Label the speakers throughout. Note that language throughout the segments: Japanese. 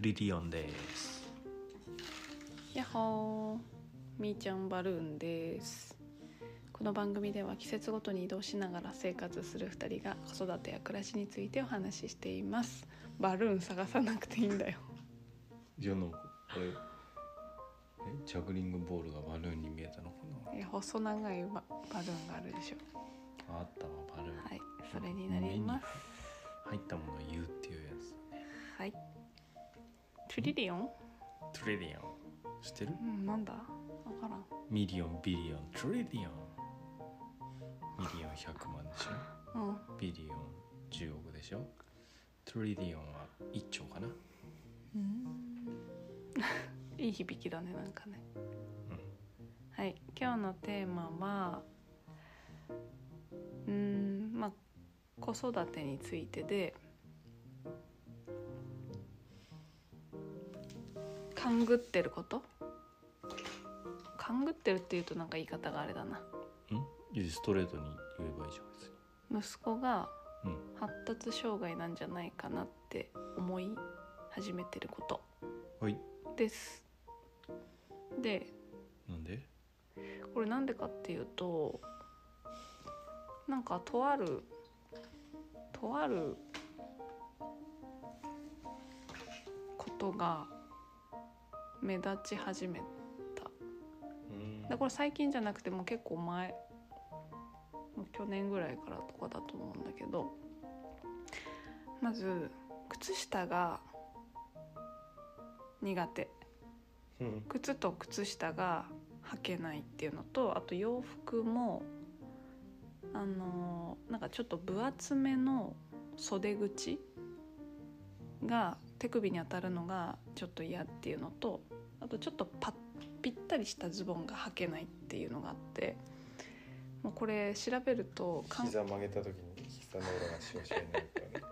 Speaker 1: リリオンです
Speaker 2: やっほーみーちゃんバルーンですこの番組では季節ごとに移動しながら生活する2人が子育てや暮らしについてお話ししていますバルーン探さなくていいんだよ
Speaker 3: じゃあなんかあれえジャグリングボールがバルーンに見えたのか
Speaker 2: え細長いババルーンがあるでしょ
Speaker 3: なあったわバルーン、
Speaker 2: はいそれになります
Speaker 3: 入ったものを言うっていうやつ
Speaker 2: はいトゥリリオン
Speaker 3: トリリオン知ってる
Speaker 2: うんなんだわからん
Speaker 3: ミリオンビリオントリリオンミリオン100万でし
Speaker 2: うん
Speaker 3: ょビリオン10億でしょトリリオンは1兆かな
Speaker 2: いい響きだねなんかね、はい今日のテーマはうーんまあ子育てについてで勘ぐってること勘ぐってるっていうとなんか言い方があれだなん
Speaker 3: いやストレートに言えばいいじゃん別に
Speaker 2: 息子が
Speaker 3: うん
Speaker 2: 発達障害なんじゃないかなって思い始めてること
Speaker 3: はい
Speaker 2: ですで
Speaker 3: なんで
Speaker 2: これなんでかっていうとなんかとあるとあることが目立ち始めた
Speaker 3: うん
Speaker 2: だこれ最近じゃなくてもう結構前もう去年ぐらいからとかだと思うんだけどまず靴下が苦手
Speaker 3: うん
Speaker 2: 靴と靴下が履けないっていうのとあと洋服もあのーなんかちょっと分厚めの袖口が手首に当たるのがちょっと嫌っていうのとあとちょっとパッぴったりしたズボンが履けないっていうのがあってもうこれ調べると感
Speaker 3: 膝曲げた時に膝の裏がシワシワになるからね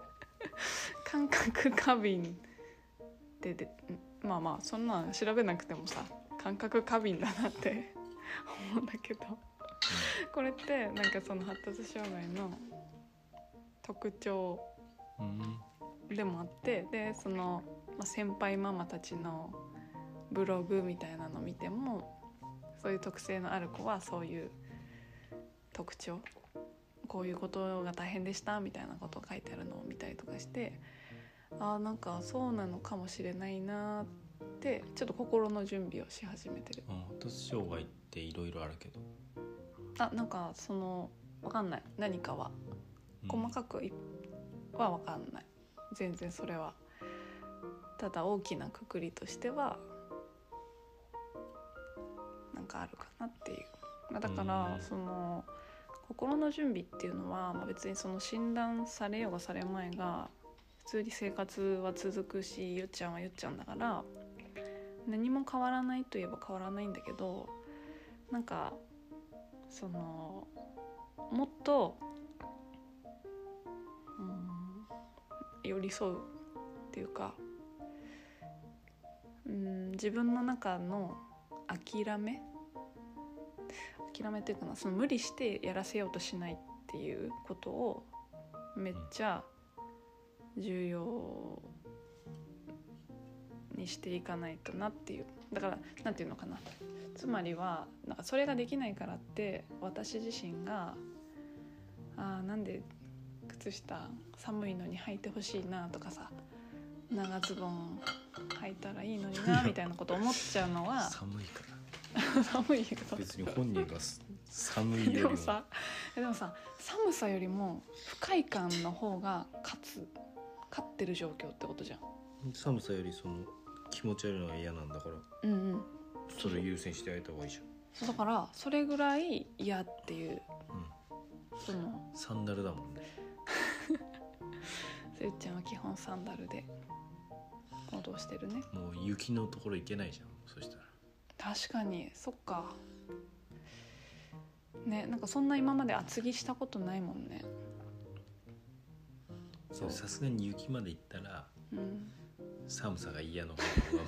Speaker 2: 感覚過敏ででんまあまあそんなん調べなくてもさ感覚過敏だなって 思うんだけどこれってなんかその発達障害の特徴
Speaker 3: うん
Speaker 2: でもあってでその、まあ、先輩ママたちのブログみたいなの見てもそういう特性のある子はそういう特徴こういうことが大変でしたみたいなことを書いてあるのを見たりとかしてああんかそうなのかもしれないなーってちょっと心の準備をし始めてる
Speaker 3: うん発達障害っていろいろあるけど
Speaker 2: あなんかそのわかんない何かは細かくいは分かんない全然それはただ大きなくくりとしてはなんかあるかなっていう、まあ、だか
Speaker 3: う
Speaker 2: ら
Speaker 3: ん
Speaker 2: その心の準備っていうのは、まあ、別にその診断されようがされまいが普通に生活は続くしゆっちゃんはゆっちゃんだから何も変わらないといえば変わらないんだけどなんかそのもっとうん寄り添うっていうかうん自分の中の諦め諦めっていうかなその無理してやらせようとしないっていうことをめっちゃ重要にしていかないとなっていうだからなんていうのかなつまりはなんかそれができないからって私自身があーなんで靴下寒いのに履いてほしいなとかさ長ズボン履いたらいいのになみたいなこと思っちゃうのは
Speaker 3: 寒いから
Speaker 2: 寒いけど
Speaker 3: 別に本人がす寒いより
Speaker 2: で
Speaker 3: も
Speaker 2: もさでもさ寒さよりも不快感の方が勝つ勝ってる状況ってことじゃん
Speaker 3: 寒さよりその気持ち悪いのが嫌なんだから
Speaker 2: うんうん
Speaker 3: それ優先してあげた方がいいじ
Speaker 2: そうだからそれぐらい嫌っていう
Speaker 3: ゃん、うん、
Speaker 2: その
Speaker 3: サンダルだもんね
Speaker 2: せゆっちゃんは基本サンダルで行動してるね
Speaker 3: もう雪のところ行けないじゃんそしたら
Speaker 2: 確かにそっかねなんかそんな今まで厚着したことないもんね
Speaker 3: でもさすがに雪まで行ったら
Speaker 2: うん
Speaker 3: 寒さが嫌の方が上回る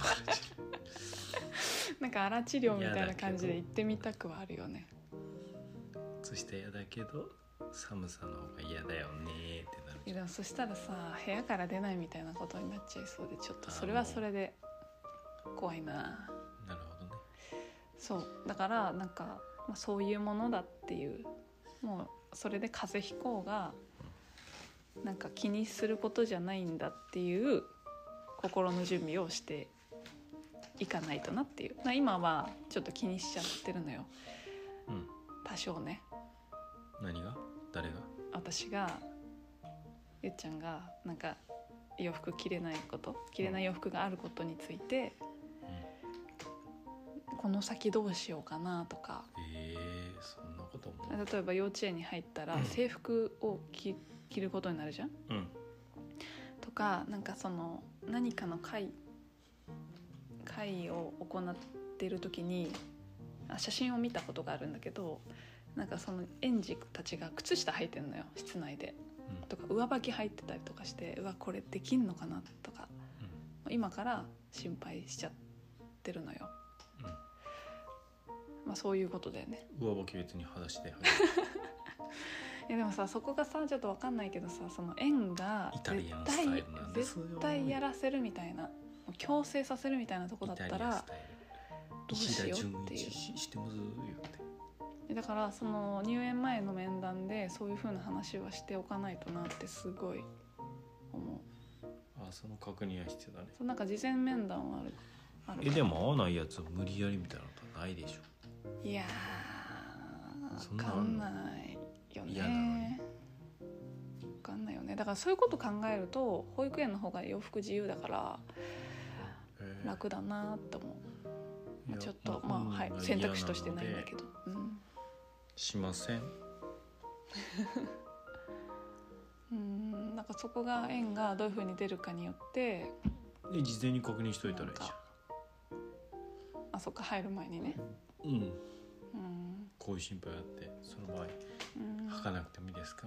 Speaker 3: じ
Speaker 2: なんか荒治療みたいな感じで行ってみたくはあるよね
Speaker 3: ゃんそして嫌だけど寒さの方が嫌だよねーってなる
Speaker 2: い
Speaker 3: じゃん
Speaker 2: やでもそしたらさ部屋から出ないみたいなことになっちゃいそうでちょっとそれはそれで怖いな
Speaker 3: なるほどね
Speaker 2: そうだからなんか、まあ、そういうものだっていうもうそれで風邪ひこうがなんか気にすることじゃないんだっていう心の準備をしていかないとなっていうまあ今はちょっと気にしちゃってるのよ
Speaker 3: うん
Speaker 2: 多少ね
Speaker 3: 何が誰が
Speaker 2: 私がゆっちゃんがなんか洋服着れないこと着れない洋服があることについて、この先どうしようかなとか
Speaker 3: えー、そんなことも
Speaker 2: 例えば幼稚園に入ったら
Speaker 3: うん
Speaker 2: 制服を着着ることになるじゃん
Speaker 3: うん
Speaker 2: とかなんかその何かの会会を行ってる時にあ写真を見たことがあるんだけどなんかその園児たちが靴下履いてんのよ室内で。
Speaker 3: うん
Speaker 2: とか上履き入ってたりとかしてうわこれできんのかなとか今から心配しちゃってるのよ、まあ、そういうことだよね
Speaker 3: うん上履き別に裸 足で履いて
Speaker 2: いやでもさそこがさちょっと分かんないけどさその縁が
Speaker 3: イタ
Speaker 2: 絶
Speaker 3: リアンス
Speaker 2: 対
Speaker 3: タイルなんですよ
Speaker 2: 絶対やらせるみたいな強制させるみたいなとこだっ
Speaker 3: イ
Speaker 2: た
Speaker 3: タリアン
Speaker 2: ら
Speaker 3: スタイ
Speaker 2: どうしようっ
Speaker 3: 石田純
Speaker 2: てい
Speaker 3: 一ししてますよって
Speaker 2: うだからその入園前の面談でそういう風な話はしておかないとなってすごい思う
Speaker 3: あその確認は必要だね
Speaker 2: そうなんか事前面談はあるあるから
Speaker 3: えでも合わないやつを無理やりみたいなことはないでしょ
Speaker 2: いや
Speaker 3: そ
Speaker 2: ー
Speaker 3: ん
Speaker 2: わ
Speaker 3: な
Speaker 2: か
Speaker 3: のあん
Speaker 2: ん
Speaker 3: の
Speaker 2: ないよ
Speaker 3: 嫌なの
Speaker 2: ね
Speaker 3: に
Speaker 2: わかんないよねだからそういうこと考えると保育園の方が洋服自由だから
Speaker 3: えー
Speaker 2: 楽だなと思う、まあ
Speaker 3: いや
Speaker 2: ちょっと
Speaker 3: 僕
Speaker 2: まあ
Speaker 3: も
Speaker 2: は
Speaker 3: 嫌
Speaker 2: い
Speaker 3: なので
Speaker 2: 選択肢としてないんだけど、うん
Speaker 3: しません
Speaker 2: うんなんかそこが縁がどういうふうに出るかによって
Speaker 3: で事前に確認しといたらいいじ
Speaker 2: なんかあそっか入る前にね
Speaker 3: ゃんうん
Speaker 2: うん、
Speaker 3: こういう心配があってその場合
Speaker 2: うん、
Speaker 3: 履かなくてもいいですか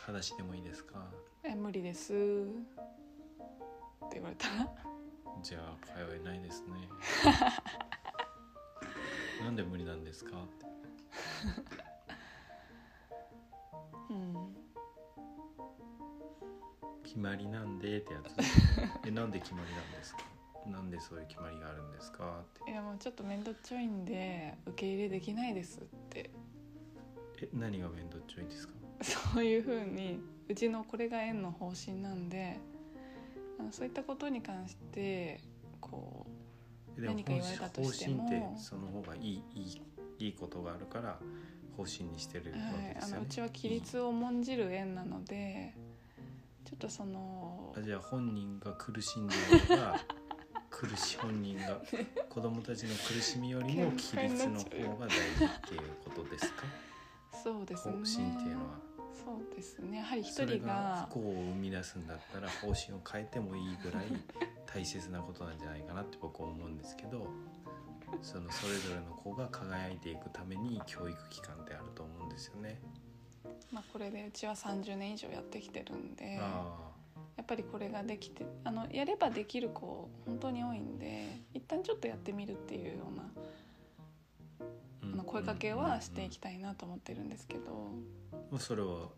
Speaker 3: 裸足でもいいですか
Speaker 2: え無理ですって言われたら
Speaker 3: じゃあ通えない ですねなんで無理なんですかって
Speaker 2: うん
Speaker 3: 決まりなんでってや つえなんで決まりなんですかなんでそういう決まりがあるんですかって
Speaker 2: いやもうちょっと面倒っちょいんで受け入れできないですって
Speaker 3: え何が面倒っちょいんですか
Speaker 2: そういうふうにうちのこれが園の方針なんであのそういったことに関してこ
Speaker 3: えでも
Speaker 2: 何か言われたとしても
Speaker 3: 方針ってその方がいいいいいいことがあるから方針にしてる
Speaker 2: う、
Speaker 3: わ
Speaker 2: は
Speaker 3: け
Speaker 2: い、
Speaker 3: で
Speaker 2: あ
Speaker 3: すよ
Speaker 2: のう
Speaker 3: ね、
Speaker 2: ちは規律を重んじる園なのでちょっとその
Speaker 3: あじゃあ本人が苦しんでいるの が苦し本人が子供たちの苦しみよりも規律の方が大事っていうことですか
Speaker 2: そうです
Speaker 3: 方
Speaker 2: ね
Speaker 3: 針っていうのは
Speaker 2: そうですねやはり一
Speaker 3: それが
Speaker 2: 人が
Speaker 3: 不幸を生み出すんだったら方針を変えてもいいぐらい大切なことなんじゃないかなって僕は思うんですけどそのそれぞれの子が輝いていくために教育機関ってあると思うんですよね。
Speaker 2: まあ、これでうちは30年以上やってきてるんで
Speaker 3: あ
Speaker 2: やっぱりこれができてあのやればできる子本当に多いんで一旦ちょっとやってみるっていうような
Speaker 3: ー
Speaker 2: あの声かけはしていき
Speaker 3: た
Speaker 2: たいなと思ってるんですけど、
Speaker 3: い、まあそれは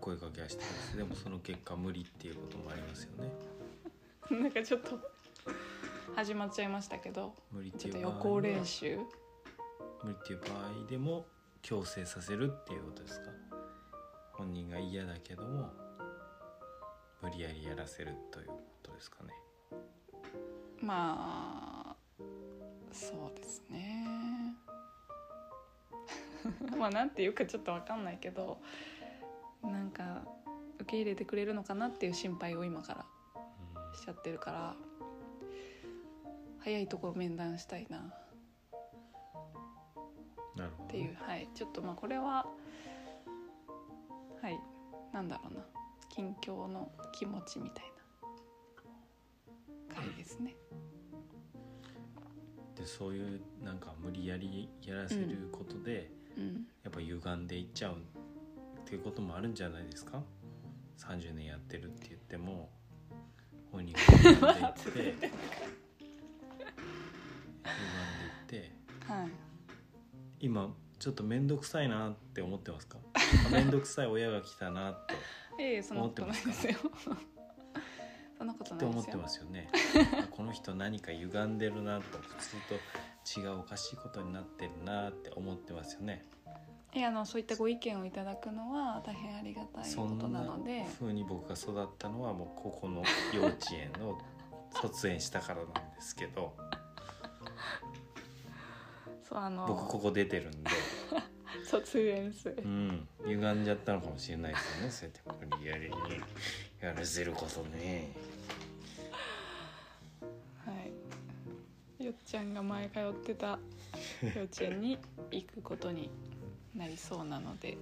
Speaker 3: 声かけはしてますでもその結果無理っていうこともありますよね。
Speaker 2: なんかちょっと始まっちゃいましたけど
Speaker 3: 無理ってい
Speaker 2: ちょっ
Speaker 3: う場合
Speaker 2: と予
Speaker 3: は
Speaker 2: 行練習
Speaker 3: 無理っていう場合でも強制させるっていうことですか本人が嫌だけども無理やりやらせるということですかね
Speaker 2: まあそうですね まあなんていうかちょっとわかんないけどなんか受け入れてくれるのかなっていう心配を今からしちゃってるから早いところ面談したいなっ
Speaker 3: うんなるほど
Speaker 2: ていう、はいちょっとまあこれははいなんだろうな近況の気持ちみたいな回ですね。
Speaker 3: でそういうなんか無理やりやらせることで、
Speaker 2: うん、
Speaker 3: やっぱ歪んでいっちゃうっていうこともあるんじゃないですか30年やってるって言っても本人が歪んでいって歪んでいって
Speaker 2: はい
Speaker 3: 今ちょっと面倒くさいなって思ってます かあ面倒くさい親が来たなって
Speaker 2: ええそんなことないですよ そんなこと
Speaker 3: って
Speaker 2: ない
Speaker 3: 思っ
Speaker 2: です
Speaker 3: て
Speaker 2: よ
Speaker 3: ますよ ねあこの人何か歪んでるなとか普通と違うおかしいことになってるなって思ってますよね
Speaker 2: いやあのそういったご意見をいただくのは大変ありがたい
Speaker 3: そ
Speaker 2: こ
Speaker 3: ん
Speaker 2: とな
Speaker 3: な
Speaker 2: ので
Speaker 3: 風に僕が育ったのはもうここの幼稚園を卒園したからなんですけど
Speaker 2: そうあの
Speaker 3: 僕ここ出てるんで、
Speaker 2: 卒園する
Speaker 3: うん、歪んじゃったのかもしれないですよねそうやって無理やりにやらせることね
Speaker 2: はいよっちゃんが前通ってた幼稚園に行くことになりそうなので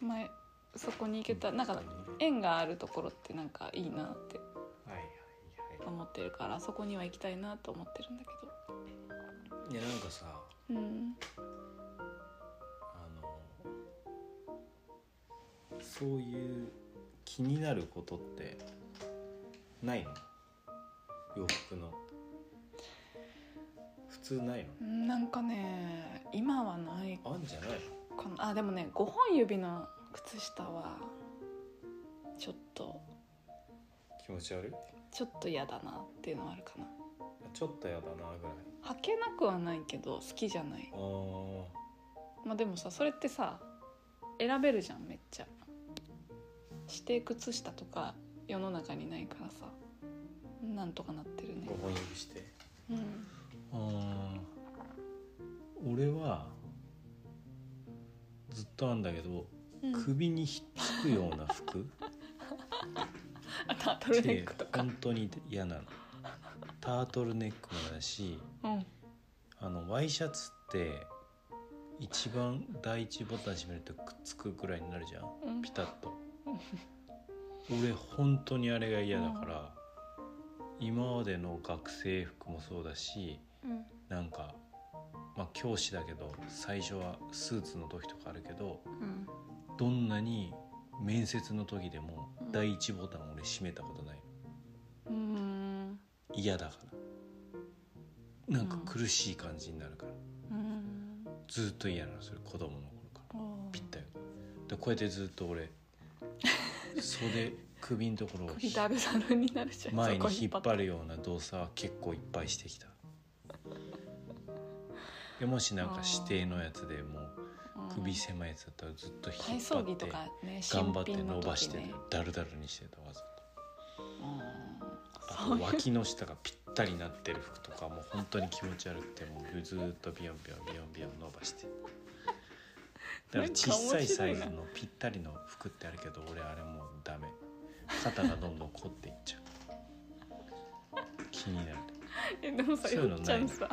Speaker 2: 前そこに行けたなんか
Speaker 3: 本当に
Speaker 2: 縁があるところってなんかいいなって
Speaker 3: はいはいは
Speaker 2: 思ってるからそこには行きたいなと思ってるんだけ
Speaker 3: いいやなんかさ
Speaker 2: どうん
Speaker 3: あのそういう気になることってないの洋服の普通ない
Speaker 2: うんなんかね今はない
Speaker 3: のあんじゃないの
Speaker 2: かなあでもね5本指の靴下はちょっと
Speaker 3: 気持ち悪い
Speaker 2: ちょっと嫌だなっていうのはあるかな
Speaker 3: ちょっとやだなぐらい
Speaker 2: 履けなくはないけど好きじゃない
Speaker 3: あー
Speaker 2: まあでもさそれってさ選べるじゃんめっちゃ指定靴下とか世の中にないからさなんとかなってるね
Speaker 3: 5本指して
Speaker 2: うん
Speaker 3: あ俺はずっとあんだけど、
Speaker 2: うん、
Speaker 3: 首にひっつくような服
Speaker 2: あタート
Speaker 3: っ
Speaker 2: ルネ
Speaker 3: て
Speaker 2: ックとか、
Speaker 3: 本当に嫌なのタートルネックもだし
Speaker 2: うん、
Speaker 3: あのワイシャツって一番第一ボタン閉めるとくっつくくらいになるじゃん
Speaker 2: うん
Speaker 3: ピタッと俺本当にあれが嫌だから今までの学生服もそうだし
Speaker 2: うん
Speaker 3: なんかまあ教師だけど最初はスーツの時とかあるけど
Speaker 2: うん
Speaker 3: どんなに面接の時でも
Speaker 2: うん
Speaker 3: 第一ボタン俺閉めたことないう
Speaker 2: ーん
Speaker 3: 嫌だからなんか
Speaker 2: うん
Speaker 3: 苦しい感じになるから、
Speaker 2: うーん
Speaker 3: ずっと嫌なのそれ子供の頃から
Speaker 2: おー
Speaker 3: ぴったりでこうやってずっと 俺袖首のところを
Speaker 2: これ
Speaker 3: ひ
Speaker 2: ダルダルになるじゃん
Speaker 3: 前に
Speaker 2: そこ
Speaker 3: 引っ
Speaker 2: 張
Speaker 3: 張るような動作は結構いっぱいしてきたでもしなんか指定のやつでもう首
Speaker 2: せ
Speaker 3: 狭いやつだったらずっと引っ
Speaker 2: 体操
Speaker 3: 張っ
Speaker 2: 着
Speaker 3: て
Speaker 2: とかね
Speaker 3: 頑張っ
Speaker 2: 新
Speaker 3: て
Speaker 2: 品の
Speaker 3: 伸ばして
Speaker 2: 時ね
Speaker 3: ダルダルにしてたわざとあ
Speaker 2: うんそう
Speaker 3: と脇の下がぴったりになってる服とかもう本当に気持ち悪くてもうずーっとビヨンビヨンビヨンビヨン伸ばしてだから小さいサイズのぴったりの服ってあるけど俺あれもうダメ肩がどんどん凝っていっちゃう気になる
Speaker 2: えでもさ
Speaker 3: そういう
Speaker 2: よ
Speaker 3: の
Speaker 2: っち
Speaker 3: な
Speaker 2: ゃ
Speaker 3: い
Speaker 2: んさ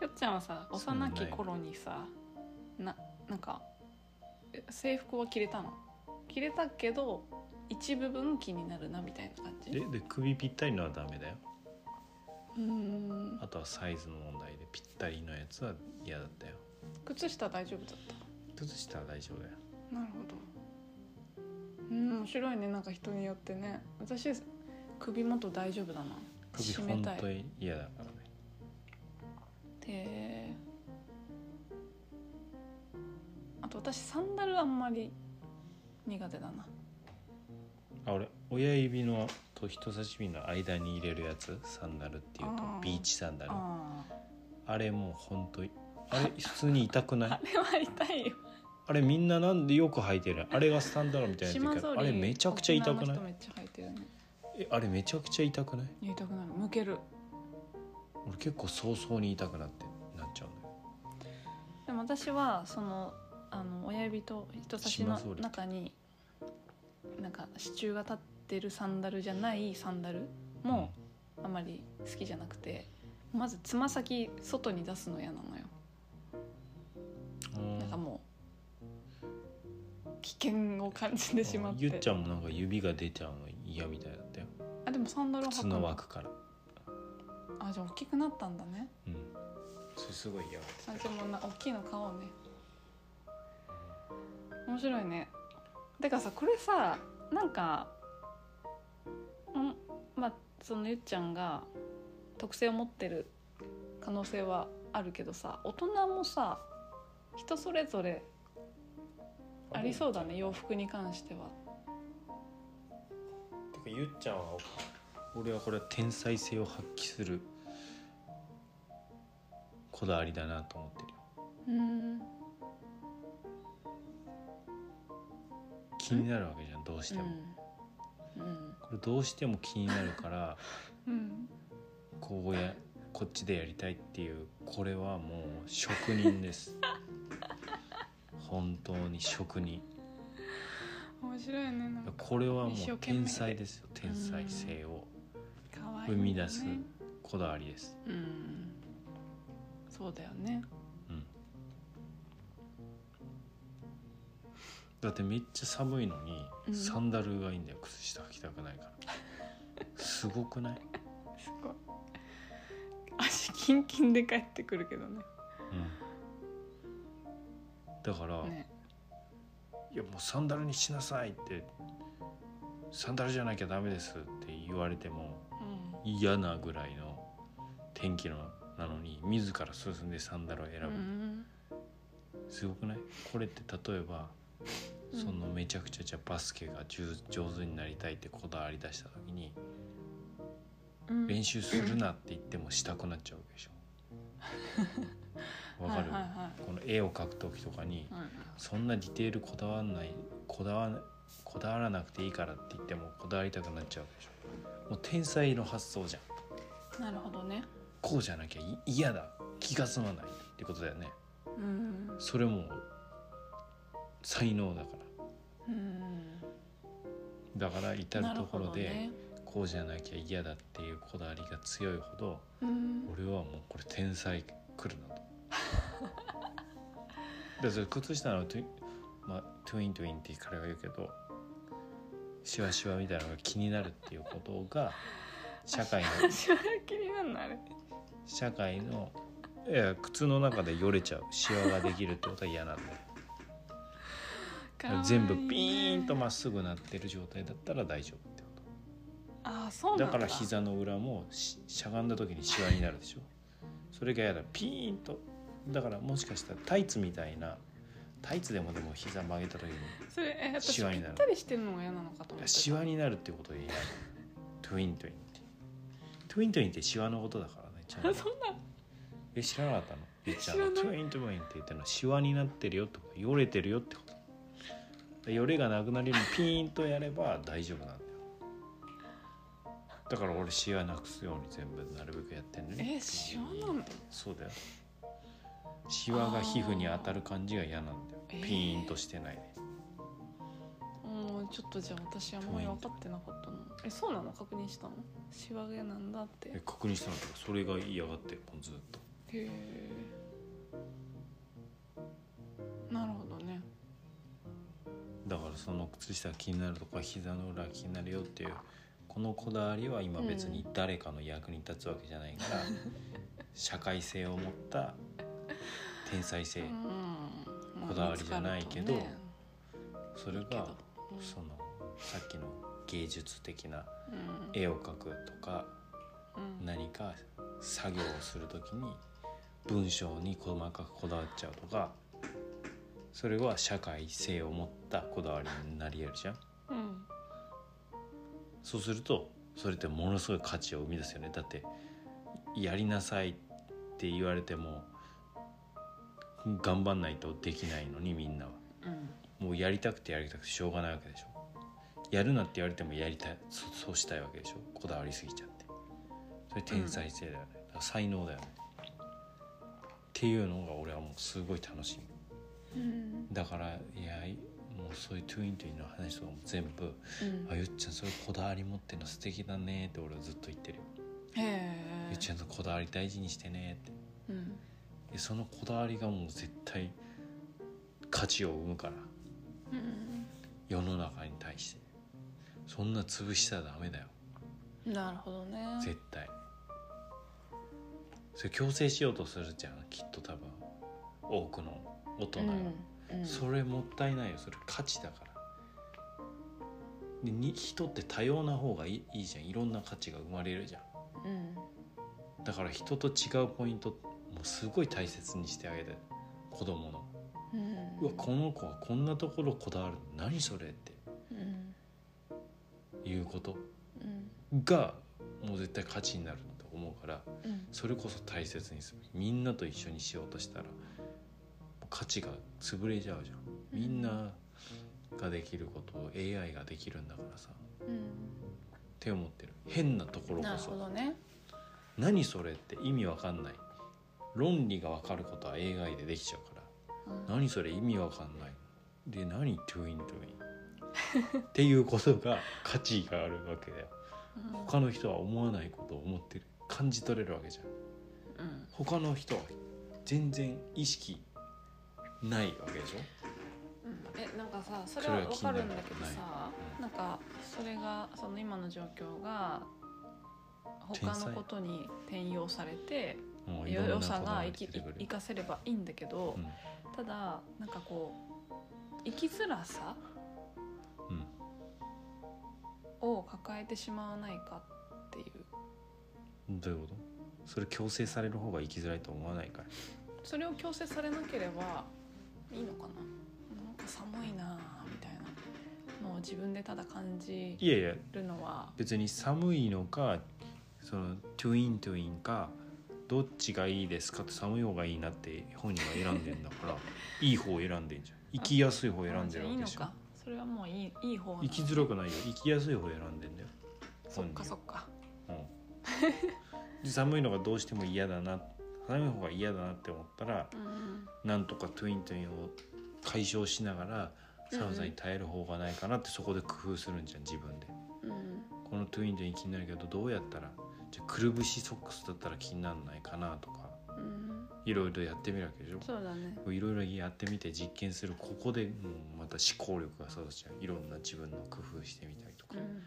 Speaker 2: よっちゃんはさ
Speaker 3: そういうのな
Speaker 2: 幼
Speaker 3: い
Speaker 2: き頃にさななんかえ制服は着れたの着れたけど一部分気になるなみたいな感じ
Speaker 3: でで首ぴったりのはダメだよ
Speaker 2: うーん
Speaker 3: あとはサイズの問題でぴったりのやつは嫌だったよ
Speaker 2: 靴下大丈夫だった
Speaker 3: 靴下は大丈夫だよ
Speaker 2: なるほどうん面白いねなんか人によってね私首元大丈夫だな
Speaker 3: 首
Speaker 2: 締め
Speaker 3: 本
Speaker 2: たい
Speaker 3: 当に嫌だからね
Speaker 2: であと私サンダルあんまり苦手だな
Speaker 3: あ俺親指のと人差し指の間に入れるやつサンダルっていうと
Speaker 2: あー
Speaker 3: ビーチサンダルあ
Speaker 2: あー
Speaker 3: れもうほんといあれ普通に痛くな
Speaker 2: あ
Speaker 3: い
Speaker 2: れは痛いよ
Speaker 3: あれみんななんでよく履いてるあれがスタンダルみたいな
Speaker 2: 島
Speaker 3: やつだけ
Speaker 2: ぞ
Speaker 3: ど
Speaker 2: り
Speaker 3: あれめちゃくちゃ痛く
Speaker 2: 沖
Speaker 3: な
Speaker 2: 縄
Speaker 3: い
Speaker 2: の人めっちゃ履いてるね
Speaker 3: えあれめちゃくちゃ痛くない
Speaker 2: いや痛くなるむける
Speaker 3: 俺結構早々に痛くなってなっちゃうんだよ
Speaker 2: でも私はそのあの親指と人差し
Speaker 3: 島
Speaker 2: の
Speaker 3: ぞり
Speaker 2: 中になんか支柱が立ってるサンダルじゃないサンダルもあまり好きじゃなくてまずつま先外に出すの嫌なのよ
Speaker 3: うん
Speaker 2: なんかもう危険を感じてしまって
Speaker 3: ゆっちゃんもなんか指が出ちゃうの嫌みたいだったよ
Speaker 2: あでもサンダルを履
Speaker 3: 靴
Speaker 2: く
Speaker 3: の
Speaker 2: の
Speaker 3: 枠から
Speaker 2: あじゃあ大きくなったんだね
Speaker 3: うんそれすごい嫌がって
Speaker 2: あでもな大きいの買おうね面白いねてかさこれさなんかんまあそのゆっちゃんが特性を持ってる可能性はあるけどさ大人もさ人それぞれありそうだね洋服に関しては
Speaker 3: てかゆっちゃんは俺はこれは天才性を発揮するこだわりだなと思ってるよ
Speaker 2: うん
Speaker 3: 気になるわけじゃんどうしても、
Speaker 2: うん
Speaker 3: これどうしても気になるから
Speaker 2: うん
Speaker 3: こうやこっちでやりたいっていうこれはもう職人です本当に職人
Speaker 2: 面白いねなんか
Speaker 3: これはも
Speaker 2: 一生
Speaker 3: う
Speaker 2: 懸命
Speaker 3: 天才ですよ天才性を
Speaker 2: 可愛い
Speaker 3: 生み出す
Speaker 2: ね
Speaker 3: こだわりです、
Speaker 2: うんそうだよね
Speaker 3: うん、だってめっちゃ寒いの
Speaker 2: うん
Speaker 3: にサンダルがいいんだよ靴下履きたくないからすごくない、
Speaker 2: すごい足キンキンで帰ってくるけどね
Speaker 3: うん、だから、
Speaker 2: ね
Speaker 3: いやもうサンダルにしなさいってサンダルじゃなきゃダメですって言われても
Speaker 2: うん
Speaker 3: 嫌なぐらいの天気のなのに自ら進んでサンダルを選ぶ、
Speaker 2: うん
Speaker 3: すごくないこれって例えば
Speaker 2: うん
Speaker 3: そのめちゃくちゃじゃあバスケが上上手になりたいってこだわり出した時に
Speaker 2: うん
Speaker 3: 練習するなって言ってもしたくなっちゃうわけでし ょわかる、
Speaker 2: はいはいはい
Speaker 3: この絵を描く時とかに、
Speaker 2: う
Speaker 3: そんなディテールこだわらないこだわらこだわらなくていいからって言ってもこだわりたくなっちゃうでしょもう天才の発想じゃん
Speaker 2: んなるほどね
Speaker 3: こうじゃなきゃい嫌だ気が済まないってことだよね
Speaker 2: うん
Speaker 3: それも才能だか
Speaker 2: うん
Speaker 3: らだから至る
Speaker 2: なるほ
Speaker 3: 所
Speaker 2: ど
Speaker 3: で
Speaker 2: ね
Speaker 3: こうじゃなきゃ嫌だっていうこだわりが強いほど
Speaker 2: うん
Speaker 3: 俺はもうこれ天才来るな とだって靴下のトゥ,、まあ、トゥイントゥインって彼が言うけどシワシワみたいなのが気になるっていうことが社会の
Speaker 2: 足は気になんのあれ
Speaker 3: 社会のいや靴の中でよれちゃうシワができるってことは嫌なんだよ
Speaker 2: かわいいね
Speaker 3: 全部ピーンとまっすぐなってる状態だったら大丈夫ってこ
Speaker 2: あーそう
Speaker 3: と
Speaker 2: な
Speaker 3: だ
Speaker 2: んだ
Speaker 3: から膝の裏もししゃがんだ時にシワになるでしょそれが嫌だピーンとだからもしかしたらタイツみたいなタイツでもでも膝曲げた時に
Speaker 2: それえ私
Speaker 3: シ
Speaker 2: ぴ
Speaker 3: ワにな
Speaker 2: っ
Speaker 3: る
Speaker 2: たりしてるのが嫌なのかと思ってた
Speaker 3: シワになるってことで嫌だトゥイントゥインってトゥイントゥインってシワのことだからねちゃん
Speaker 2: あ
Speaker 3: と
Speaker 2: そんな
Speaker 3: え知らなかったのゆっちゃんの
Speaker 2: 知ら
Speaker 3: ト
Speaker 2: ない
Speaker 3: ゥイントゥインって言ってるのはシワになってるよってことよれてるよってことよれがなくなるようにピーンとやれば大丈夫なんだよだから俺シワなくすように全部なるべくやってんのに
Speaker 2: えシワなの
Speaker 3: そうだよシワが皮膚に当たる感じが嫌なんだよ
Speaker 2: あー
Speaker 3: ピーンとしてないで、
Speaker 2: うんちょっとじゃあ私あんまり分かってなかったのえそうなの確認したのシワ毛なんだって
Speaker 3: え
Speaker 2: へ
Speaker 3: 確認したんだけどそれが嫌がってるもうずっと
Speaker 2: えなるほどね
Speaker 3: だからその靴下が気になるとか膝の裏が気になるよっていうこのこだわりは今別に誰かの役に立つわけじゃないから、社会性を持った天才性、
Speaker 2: うん
Speaker 3: こだわりじゃないけど
Speaker 2: まあ見
Speaker 3: それ
Speaker 2: つかる
Speaker 3: が
Speaker 2: とね
Speaker 3: そのさっきの芸術的な
Speaker 2: うん
Speaker 3: 絵を描くとか
Speaker 2: うん
Speaker 3: 何か作業をする時に文章に細かくこだわっちゃうとかそれは社会性を持ったこだわりになりえるじゃん。
Speaker 2: うん
Speaker 3: そうするとそれってものすごい価値を生み出すよねだってやりなさいって言われても頑張んないとできないのにみんなは
Speaker 2: うん
Speaker 3: もうやりたくてやりたくてしょうがないわけでしょやるなって言われてもやりたいそそうしたいわけでしょこだわりすぎちゃってそれ天才性だよね、だから才能だよねっていうのが俺はもうすごい楽しい
Speaker 2: うん
Speaker 3: だからいやもうそういうトゥイントゥインの話とかも全部あゆっちゃんそういうこだわり持ってるの素敵だねって俺はずっと言ってるよ、
Speaker 2: へえ
Speaker 3: ゆっちゃんのこだわり大事にしてねって
Speaker 2: うん
Speaker 3: でそのこだわりがもう絶対価値を生むから
Speaker 2: うん
Speaker 3: 世の中に対してそんな潰したらダメだよ
Speaker 2: なるほどね
Speaker 3: 絶対それ強制しようとするじゃんきっと多分多くの大人が、
Speaker 2: うんうん
Speaker 3: それもったいないよそれ価値だからでに人って多様な方がいいいいじゃんいろんな価値が生まれるじゃん
Speaker 2: うん
Speaker 3: だから人と違うポイントももすごい大切にしてあげて子供の
Speaker 2: うん
Speaker 3: うわこの子はこんなところこだわるの何それって
Speaker 2: うん
Speaker 3: いうこと
Speaker 2: うん
Speaker 3: がもう絶対価値になると思うから
Speaker 2: うん
Speaker 3: それこそ大切にするみんなと一緒にしようとしたら価値が潰れちゃうじゃんみんなができることを AI ができるんだからさっ
Speaker 2: うん
Speaker 3: て思ってる変なところこ
Speaker 2: なるほ
Speaker 3: そ
Speaker 2: どね
Speaker 3: 何それって意味わかんない論理がわかることは AI でできちゃうから
Speaker 2: うん
Speaker 3: 何それ意味わかんないで何トゥイントゥインっていうことが価値があるわけだよ他の人は思わないことを思ってる感じ取れるわけじゃん
Speaker 2: うん
Speaker 3: 他の人は全然意識ないわけでしょ
Speaker 2: うんえなんかさそれはわかるんだけどさ
Speaker 3: それは気になる
Speaker 2: なんかそれがその今の状況が他のことに転用されて
Speaker 3: もういろんな
Speaker 2: 良
Speaker 3: こ
Speaker 2: さ
Speaker 3: と
Speaker 2: が
Speaker 3: が生
Speaker 2: 生き
Speaker 3: きてくる
Speaker 2: 生かせればいいんだけど、
Speaker 3: うん
Speaker 2: ただなんかこう生きづらさ
Speaker 3: うん
Speaker 2: を抱えてしまわないかっていう
Speaker 3: どういうことそれ強制される方が生きづらいと思わないから
Speaker 2: それを強制されなければいいのかななんか寒いなあみたいなのを自分でただ感じ
Speaker 3: いやいや
Speaker 2: るのは
Speaker 3: 別に寒いのかそのトゥイントゥインかどっちがいいですかって寒い方がいいなって本人は選んでんだ からいい方を選んでんじゃん生きやすい方を選んでるわけでし
Speaker 2: あじゃあい
Speaker 3: ょ
Speaker 2: いのかそれはもういいいい方なの
Speaker 3: 生きづらくないよ生きやすい方を選んでんだよ
Speaker 2: そっ
Speaker 3: 本
Speaker 2: か
Speaker 3: 人
Speaker 2: そ
Speaker 3: は
Speaker 2: っか
Speaker 3: うん、で寒いのがどうしても嫌だな寒い方が嫌だなって思ったら
Speaker 2: うんうん
Speaker 3: なんとかトゥイントゥインを解消しながら寒さに耐える方がないかなってそこで工夫するんじゃん自分で
Speaker 2: うん
Speaker 3: このトゥイントゥイン気になるけどどうやったらじゃあくるぶしソックスだったら気にならないかなとか
Speaker 2: うん
Speaker 3: いろいろやってみるわけでし
Speaker 2: そうだね
Speaker 3: ょいろいろやってみて実験するここで、うん、また思考力が育つじゃんいろんな自分の工夫してみたりとか、
Speaker 2: うん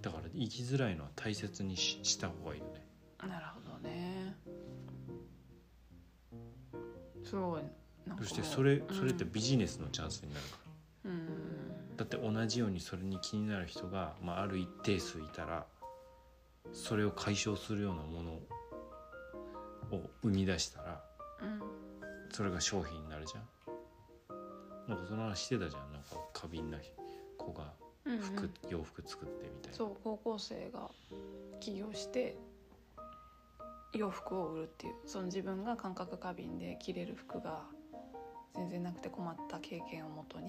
Speaker 3: だから生きづらいのは大切にしした方がいいよね
Speaker 2: なるほどねすごいなんか
Speaker 3: そしてそれ
Speaker 2: うん
Speaker 3: それってビジネスのチャンスになるから、
Speaker 2: うん
Speaker 3: だって同じようにそれに気になる人が、まあ、ある一定数いたらそれを解消するようなものを生み出したら
Speaker 2: うん
Speaker 3: それが商品になるじゃん。なんかその話してたじゃんなんか過敏な子が
Speaker 2: うんうん
Speaker 3: 服、洋服作ってみたいな
Speaker 2: そう高校生が起業して洋服を売るっていうその自分が感覚過敏で着れる服が全然なくて困った経験をもとにっ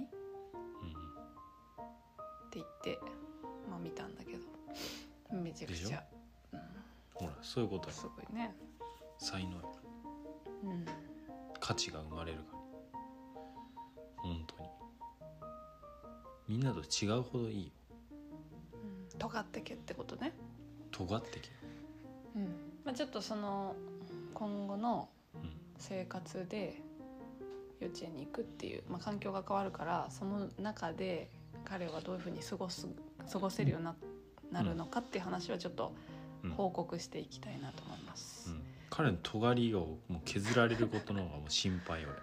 Speaker 2: て言ってまあ見たんだけどめちゃくちゃ、うん、
Speaker 3: うん、ほらそういうことよ
Speaker 2: すごいね
Speaker 3: 才能よ
Speaker 2: うん
Speaker 3: 価値が生まれるから本当にみんなと違うほどいいよ
Speaker 2: うん尖ってけってことね、
Speaker 3: 尖ってけ、
Speaker 2: うんまあ、ちょっとその今後の
Speaker 3: うん、
Speaker 2: 生活で幼稚園に行くっていう、まあ、環境が変わるからその中で彼はどういうふうに過ごす過ごせるようにな,、なるのかっていう話はちょっと
Speaker 3: うん
Speaker 2: 報告していきたいなと思います。
Speaker 3: うん彼の尖りをもう削られることの方がもう心配俺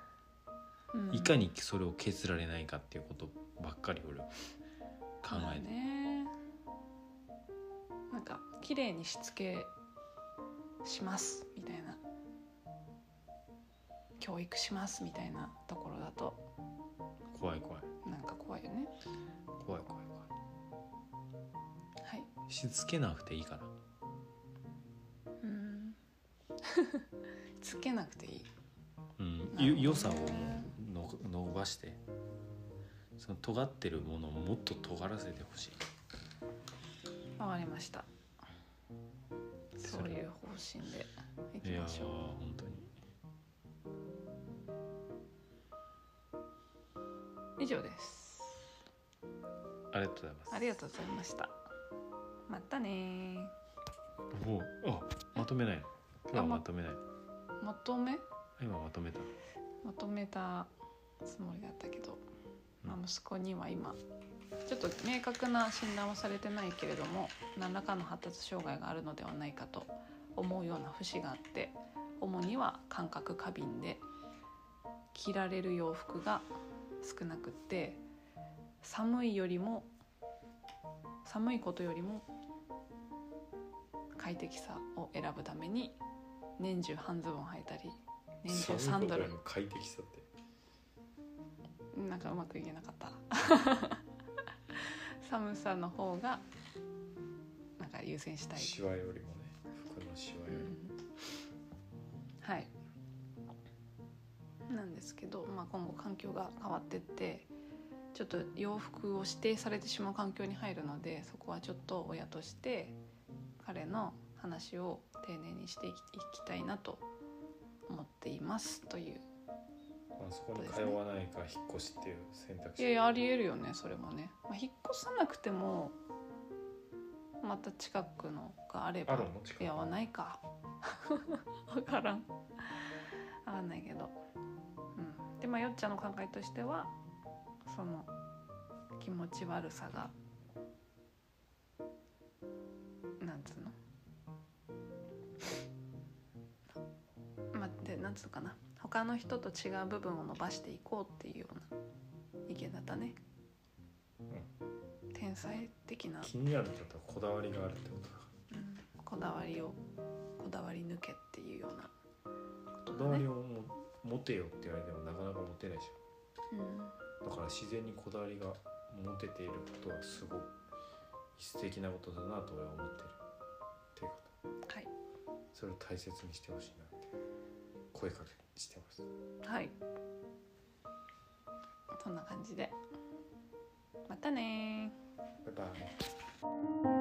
Speaker 2: うん
Speaker 3: いかにそれを削られないかっていうことばっかり俺は考
Speaker 2: まあ
Speaker 3: えて、
Speaker 2: ねなんか綺麗にしつけしますみたいな教育しますみたいなところだと
Speaker 3: 怖い怖い
Speaker 2: なんか怖いよね。
Speaker 3: 怖い怖い怖
Speaker 2: はい
Speaker 3: いしつけなくていいから
Speaker 2: うん つけなくていい。
Speaker 3: うん
Speaker 2: なるほど
Speaker 3: よ
Speaker 2: ね
Speaker 3: 良さをもうの伸ばしてその尖ってるものをもっと尖らせてほしい
Speaker 2: わかりました。そう
Speaker 3: そ
Speaker 2: い
Speaker 3: れ
Speaker 2: う方針でいき
Speaker 3: いや
Speaker 2: ま
Speaker 3: ー
Speaker 2: しょ
Speaker 3: 本当に
Speaker 2: う。以上です。
Speaker 3: ありがとうございます
Speaker 2: ありがとうございました。またねー。
Speaker 3: もうあまとめないの今
Speaker 2: あ
Speaker 3: は
Speaker 2: ま
Speaker 3: まとめない
Speaker 2: まとめ
Speaker 3: 今まとめた
Speaker 2: まとめたつもりだったけど、まあ、息子には今ちょっと明確な診断はされてないけれども何らかの発達障害があるのではないかと思うような節があって主には感覚過敏で着られる洋服が少なくって寒いよりも寒いことよりも快適さを選ぶために年中半ズボン履いたり年
Speaker 3: そ
Speaker 2: 中
Speaker 3: う
Speaker 2: サンド
Speaker 3: いうこと
Speaker 2: ル
Speaker 3: よりも快適さって
Speaker 2: なんかうまくいけなかった 寒さの方がなんか優先したい、
Speaker 3: シワよりもね服のシワ
Speaker 2: う
Speaker 3: よりも、
Speaker 2: ん、はいなんですけど、まあ、今後環境が変わってってちょっと洋服を指定されてしまう環境に入るのでそこはちょっと親として彼の話を丁寧にしていきいきたいなと思っていますという
Speaker 3: まあ、そこに通わないか引っ越しっていう選択肢
Speaker 2: いやいやありえるよねそれもね、まあ、引っ越さなくてもまた近くのがあれば
Speaker 3: あるの近く
Speaker 2: いやはないか わからんわかんないけどうんでまあよっちゃんの考えとしてはその気持ち悪さがなんつうの待ってなんつうのかな他の人と違う部分を伸ばしていこうっていうような意見だったね、天才的な、
Speaker 3: 気になるってことはこだわりがあるってことだ
Speaker 2: うんこだわりをこだわり抜けっていうようなこと
Speaker 3: こ
Speaker 2: だ
Speaker 3: だわ
Speaker 2: ね
Speaker 3: りをも持てよって言われてもなかなか持てないでしょだから自然にこだわりが持てていることはすごい素敵なことだなと俺は思ってるっていうこと
Speaker 2: うんはい
Speaker 3: それを大切にしてほしいなって声かけしてます
Speaker 2: はい。そんな感じで。またねー。
Speaker 3: バイバイ